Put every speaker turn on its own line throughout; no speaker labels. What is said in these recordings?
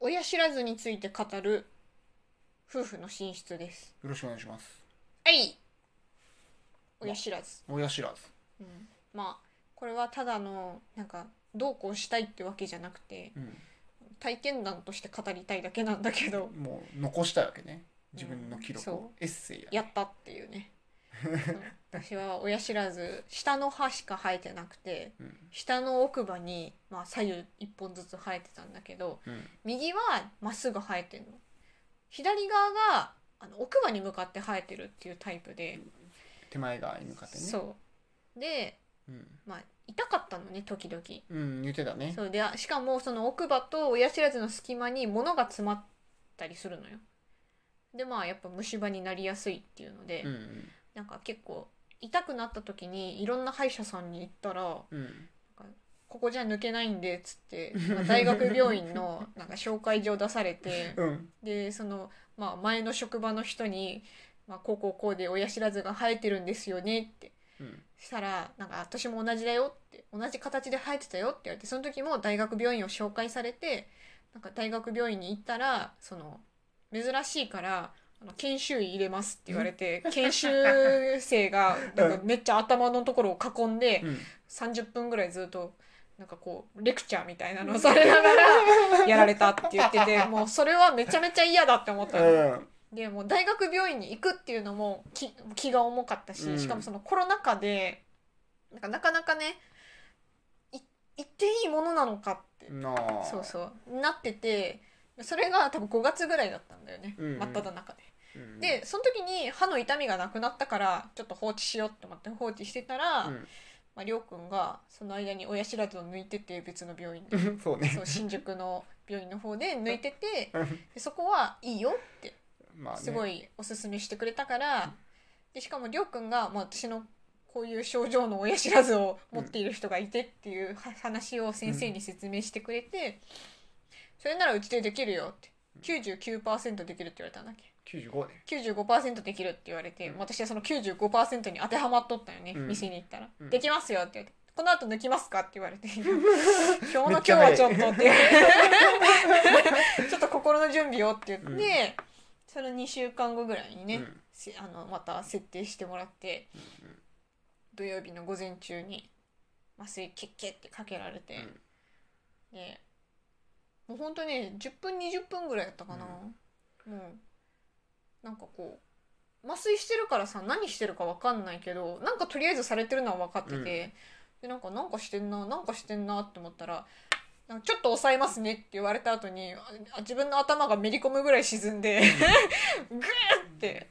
親知らずについて語る夫婦の寝室です
よろしくお願いします
はい親知らず、
親知らず
うん、まあこれはただのなんかどうこうしたいってわけじゃなくて
う
体験談として語りたいだけなんだ けど
んもう残したいわけね自分の記録
うん
をエッセイや
やったっていうねそう私は親知らず下の歯しか生えてなくて
うん
下の奥歯に、まあ、左右1本ずつ生えてたんだけど
うん
右はまっすぐ生えてんの左側があの奥歯に向かって生えてるっていうタイプで、
手前が犬飼ってね
そうで、
うん
まあ、痛かったのね時々
うん言ってたね
そうでしかもその奥歯と親知らずの隙間に物が詰まったりするのよでまあやっぱ虫歯になりやすいっていうので、
うんうん
なんか結構痛くなった時にいろんな歯医者さんに行ったら
うん
ここじゃ抜けないんでっつってなんか大学病院のなんか紹介状出されて
うん
でその、まあ、前の職場の人に「まあ、こうこうこうで親知らずが生えてるんですよね」って
うん
したら「なんか私も同じだよ」って「同じ形で生えてたよ」って言われてその時も大学病院を紹介されてなんか大学病院に行ったらその珍しいから。あの研修医入れますって言われて研修生がなんかめっちゃ頭のところを囲んで
うん
30分ぐらいずっとなんかこうレクチャーみたいなのをされながら やられたって言っててもうそれはめちゃめちゃ嫌だって思ったの、でもう大学病院に行くっていうのも気気が重かったし、
うん
しかもそのコロナ禍でなんかなかなかねい行っていいものなのかって、
うんなあ
そうそうなっててそれが多分5月ぐらいだったんだよね、
うんうん
真っ只中で。
うんうん
でその時に歯の痛みがなくなったからちょっと放置しようって思って放置してたら、
うん
まあ、りょうくんがその間に親知らずを抜いてて別の病院
う
で
ん そうね
そう新宿の病院の方で抜いてて
うん
でそこはいいよって
まあね
すごいおすすめしてくれたからでしかもりょうくんが、まあ、私のこういう症状の親知らずを持っている人がいてっていうは話を先生に説明してくれて、それならうちでできるよって99%できるって言われたんだっけ
95ね
95%できるって言われて、
うん
私はその95%に当てはまっとったよね、
うん
店に行ったら、
うん
できますよって言われてこの後抜きますかって言わ れて今日の
め
今
っ
日
ちゃ
は
早い
ちょっとって ちょっと心の準備をって言って、
うん
その2週間後ぐらいにね、
うん
せあのまた設定してもらって土曜日の午前中に麻酔キッキッってかけられて、でもうほんとね10分20分ぐらいだったかな、もうなんかこう麻酔してるからさ何してるかわかんないけどなんかとりあえずされてるのは分かってて、
うん
でなんかなんかしてんななんかしてんなって思ったら「なんかちょっと抑えますね」って言われた後にああ自分の頭がめり込むぐらい沈んでグーって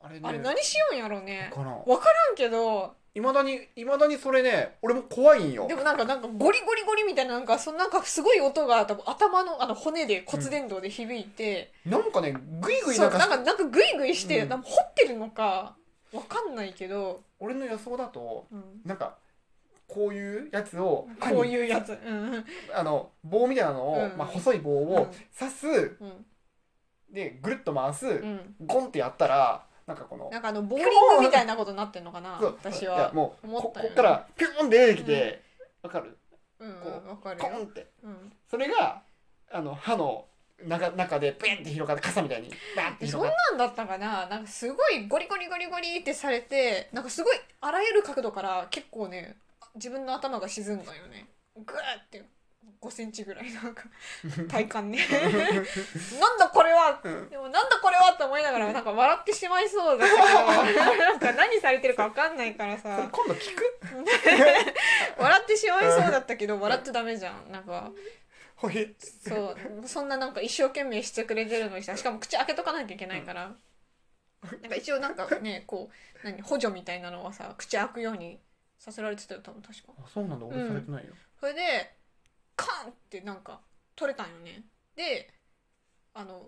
あれね
あれ何しようんやろうね
かな
分からんけど
いまだにいまだにそれね俺も怖いんよ
でもなんかなんかゴリゴリゴリみたいななんかそのなんかすごい音が多分頭のあの骨で骨伝導で響いて、
なんかねグイグイ
そ
な
うん
か
なんかなんかグイグイして、
うん
なんか掘ってるのかわかんないけど、
俺の予想だと
うん
なんかこういうやつを
こういうやつ、うん
あの棒みたいなのを、
うん
まあ、細い棒
う
を
ん
刺す、
うん
でぐるっと回す、
うん、
ゴンってやったらなんかこの
なんかあのボーリングみたいなことになってんのかな
そう
私
いや
は、
もう
思ったよ
ここっからピョンって出てきてわ、かる
うんう
こ
ん、わかる
コ
よ
ン、って
うん、
それがあの歯の中中でピュンって広がって傘みたいにバンって
そん
広が
な
って
んだったかななんかすごいゴリゴリゴリゴリってされてなんかすごいあらゆる角度から結構ね自分の頭が沈んだよねグーって5センチぐらいなん か体感ねなんだこれは
うん
でもなんだこれはって思いながらなんか笑ってしまいそうだけどなんか何されてるか分かんないから
それ
さ
今度聞く
笑ってしまいそうだったけど笑っちゃダメじゃんなんか
ほい
そうそんななんか一生懸命してくれてるのにさしかも口開けとかなきゃいけないから、なんか一応なんかねこう何補助みたいなのはさ口開くようにさせられてたよ多分確か
あそうなんだ俺されてないよ、
それでカンってなんか取れたんよねであの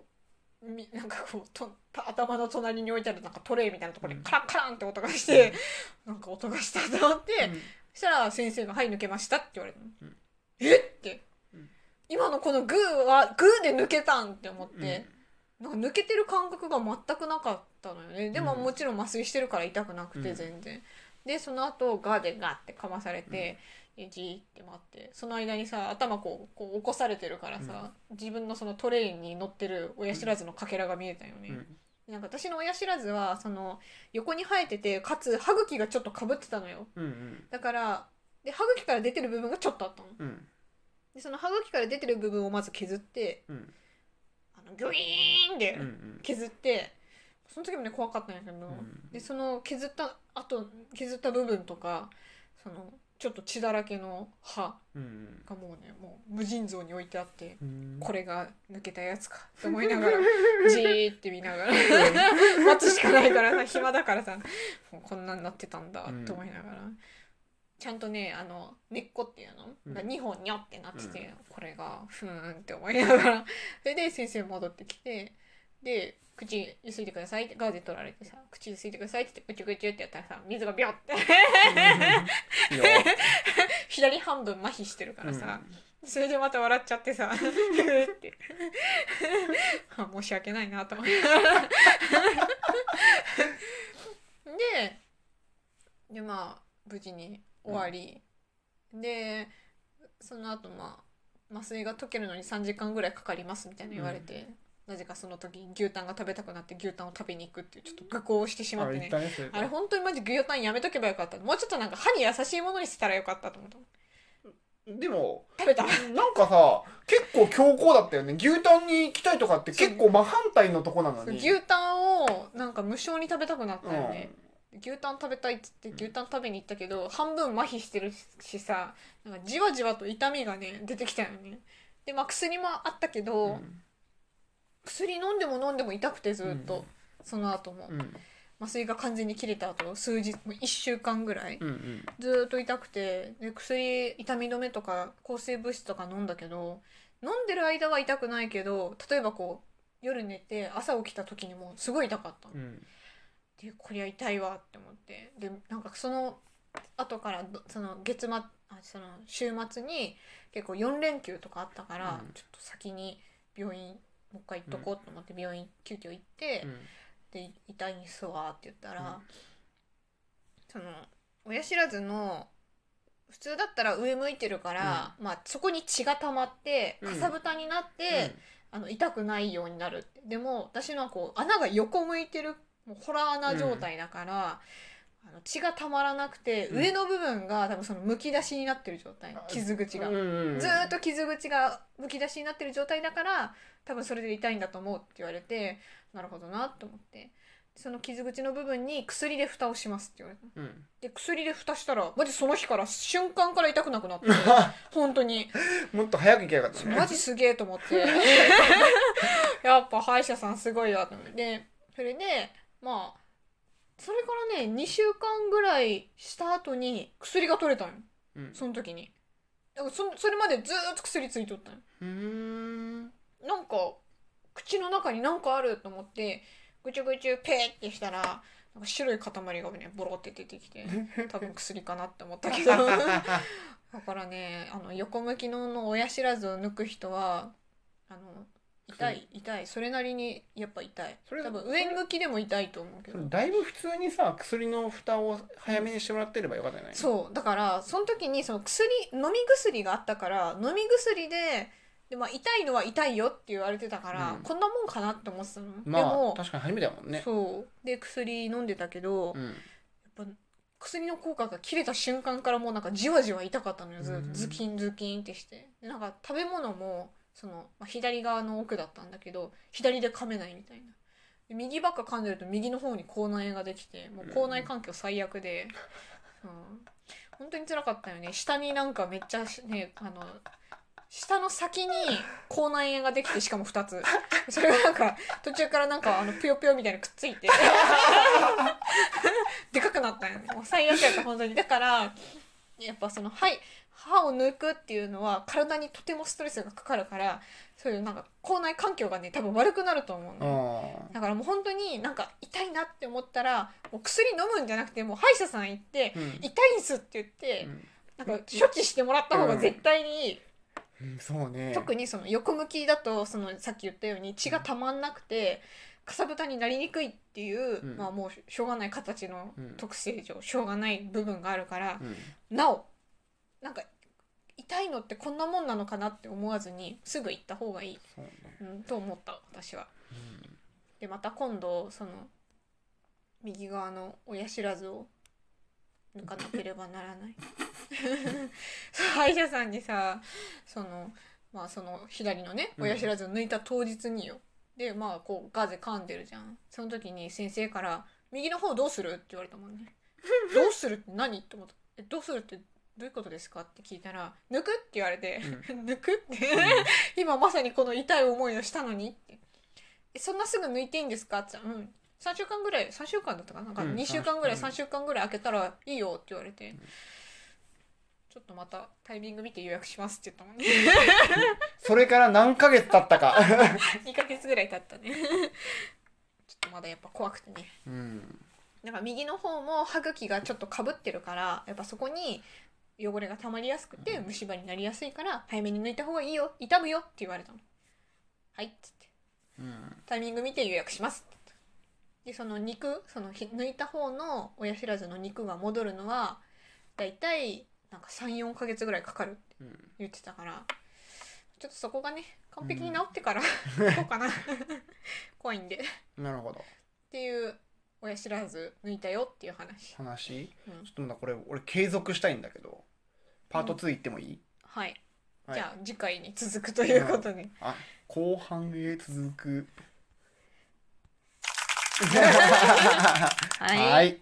みなんかこうとた頭の隣に置いてあるなんかトレイみたいなところに
うん
カランカランって音がして、なんか音がしたと思って、そしたら先生が「はい抜けました」って言われたの、
うん
えって、
うん
今のこのグーはグーで抜けたんって思っ
うんうん
て、なんか抜けてる感覚が全くなかったのよねでも
うん
もちろん麻酔してるから痛くなく
う
て
ん
全然、でその後ガーでガーってかまされて、でじーって待ってその間にさ頭こうこう起こされてるからさ、自分のそのトレインに乗ってる親知らずのかけらが見えたよね、
うん
なんか私の親知らずはその横に生えててかつ歯茎がちょっとかぶってたのよ
うんうん
だからで歯茎から出てる部分がちょっとあったの
うん
でその歯茎から出てる部分をまず削って
うん
あのギュイーンで
うん
削ってその時もね怖かったんやけど、
ん
でその削ったあと削った部分とかそのちょっと血だらけの歯
うん
がもうねもう無尽蔵に置いてあって
うん
こ
れ
れが抜けたやつかと思いな がらじーって見ながら待つしかないから さ暇だからさもうこんなになってたんだと思いながら、ちゃんとねあの根っこっていうのが
うん
2本にょってなってて、
うん
これがふーんって思いながらそれで先生戻ってきてで口ゆすいでくださいってガーゼ取られてさ口ゆすいでくださいって言ってぐちゅぐちゅってやったらさ水がビョって
いいよ
左半分麻痺してるからさ、それでまた笑っちゃってさってあ申し訳ないなと思ってででまあ無事に終わり、でその後まあ麻酔が溶けるのに3時間ぐらいかかりますみたいな言われて、なぜかその時牛タンが食べたくなって牛タンを食べに行くっていうちょっと愚行をしてし
うん
まっ
あ
て
言
ね
ったねそれ
あれ本当にマジ牛タンやめとけばよかったもうちょっとなんか歯に優しいものにしてたらよかったと思った
でも
食べた
なんかさ結構強硬だったよね牛タンに行きたいとかって結構真反対のとこなのに
牛タンをなんか無償に食べたくなったよね、
う
牛タン食べたいっつって
ん
牛タン食べに行ったけど、半分麻痺してるしさなんかじわじわと痛みがね出てきたよねでまあ薬もあったけど、
んうん
薬飲んでも飲んでも痛くてずっと、
うん
その後も、
うん
麻酔が完全に切れた後数日もう1週間ぐらい、
うんうん
ずっと痛くてで薬痛み止めとか抗生物質とか飲んだけど飲んでる間は痛くないけど例えばこう夜寝て朝起きた時にもうすごい痛かったの
うん
でこりゃ痛いわって思ってでなんかその後からどその月末あその週末に結構4連休とかあったから、
うん
ちょっと先に病院もう一回行っとこうと思って病院急遽行って、
うん
で痛いんすわって言ったら、
うん
その親知らずの普通だったら上向いてるから、まあ、そこに血が溜まって
うん
かさぶたになって、あの痛くないようになるってでも私のはこう穴が横向いてるもうホラー穴状態だから、あの血が溜まらなくて、
うん
上の部分が多分そのむき出しになってる状態
あ
傷口が。
うんうん
ずーっと傷口がむき出しになってる状態だから多分それで痛いんだと思うって言われてなるほどなと思ってその傷口の部分に薬で蓋をしますって言われた
うん
で薬で蓋したらマジその日から瞬間から痛くなくなって 本当に
もっと早く行けばよかったね
マジすげえと思ってやっぱ歯医者さんすごいわと思ってでそれでまあそれからね2週間ぐらいした後に薬が取れたんよ
うん
その時にだからそそれまでずーっと薬ついとったんよ
うーん
なんか口の中になんかあると思ってぐちゅぐちゅペーってしたらなんか白い塊がねボロって出てきて多分薬かなって思ったけどだからねあの横向きのの親知らずを抜く人はあの痛い痛いそれなりにやっぱ痛い
それ
多分上向きでも痛いと思うけ
そ
ど
れだいぶ普通にさ薬の蓋を早めにしてもらってればよかったよね
そうだからその時にその薬飲み薬があったから飲み薬でで、まあ、痛いのは痛いよって言われてたから、
うん
こんなもんかなって思ってたの、
ま
で
あ
も
確かに初めてだもんね
そうで薬飲んでたけど、
う
や
ん
っぱ薬の効果が切れた瞬間からもうなんかじわじわ痛かったのよずっと
うん
ズキンズキンってしてでなんか食べ物もその、まあ、左側の奥だったんだけど左で噛めないみたいなで右ばっか噛んでると右の方に口内炎ができてもう口内環境最悪で、うん、本当に辛かったよね下になんかめっちゃしねあの下の先に口内炎ができてしかも2つそれがなんか途中からなんかあのぷよぷよみたいにくっつ いてでかくなったよねもう最悪やった本当にだからやっぱその歯い歯を抜くっていうのは体にとてもストレスがかかるからそういうなんか口内環境がね多分悪くなると思うの、
あ
だからもう本当になんか痛いなって思ったらもう薬飲むんじゃなくてもう歯医者さん行って
ーうん
「痛いんす」って言ってなんか処置してもらった方が絶対にいい、
うんそうね
特にその横向きだとそのさっき言ったように血がたまんなくてかさぶたになりにくいっていう、
うん
まあもうしょうがない形の
うん
特性上しょうがない部分があるから
うん
なおなんか痛いのってこんなもんなのかなって思わずにすぐ行った方がいい、
そうね、
うん、と思った私は。
うん
でまた今度その右側の親知らずを抜かなければならない そう歯医者さんにさそのまあその左のね
うん
親知らずを抜いた当日によ、でまあこうガゼ噛んでるじゃんその時に先生から「右の方どうする?」って言われたもんね「どうするって何?」って思った「えどうするってどういうことですか?」って聞いたら「抜く?」って言われて「 抜く?」って今まさにこの痛い思いをしたのにってえそんなすぐ抜いていいんですかって言ったらうん3週間ぐらい3週間だったかななんか
うん
2週間ぐらい
うん
3週間ぐらい開けたらいいよって言われて、ちょっとまたタイミング見て予約しますって言ったもんね
それから何ヶ月経ったか、
2ヶ月ぐらい経ったねちょっとまだやっぱ怖くてね
うん、
なんか右の方も歯茎がちょっとかぶってるからやっぱそこに汚れが溜まりやすくて
うん
虫歯になりやすいから早めに抜いた方がいいよ痛むよって言われたのはいっつって
うん、
タイミング見て予約しますって言ったでその肉そのひ抜いた方の親知らずの肉が戻るのはだいたいなんか34ヶ月ぐらいかかるって
うん
言ってたからちょっとそこがね完璧に治ってから行こうかな 怖いんでっ
なるほど
ていう親知らず抜いたよっていう話
話、
うん
ちょっとまだこれ俺継続したいんだけどパート2いってもいい、
はい、
はい
じゃあ次回に続くということで、
あ後半へ続く
は
はい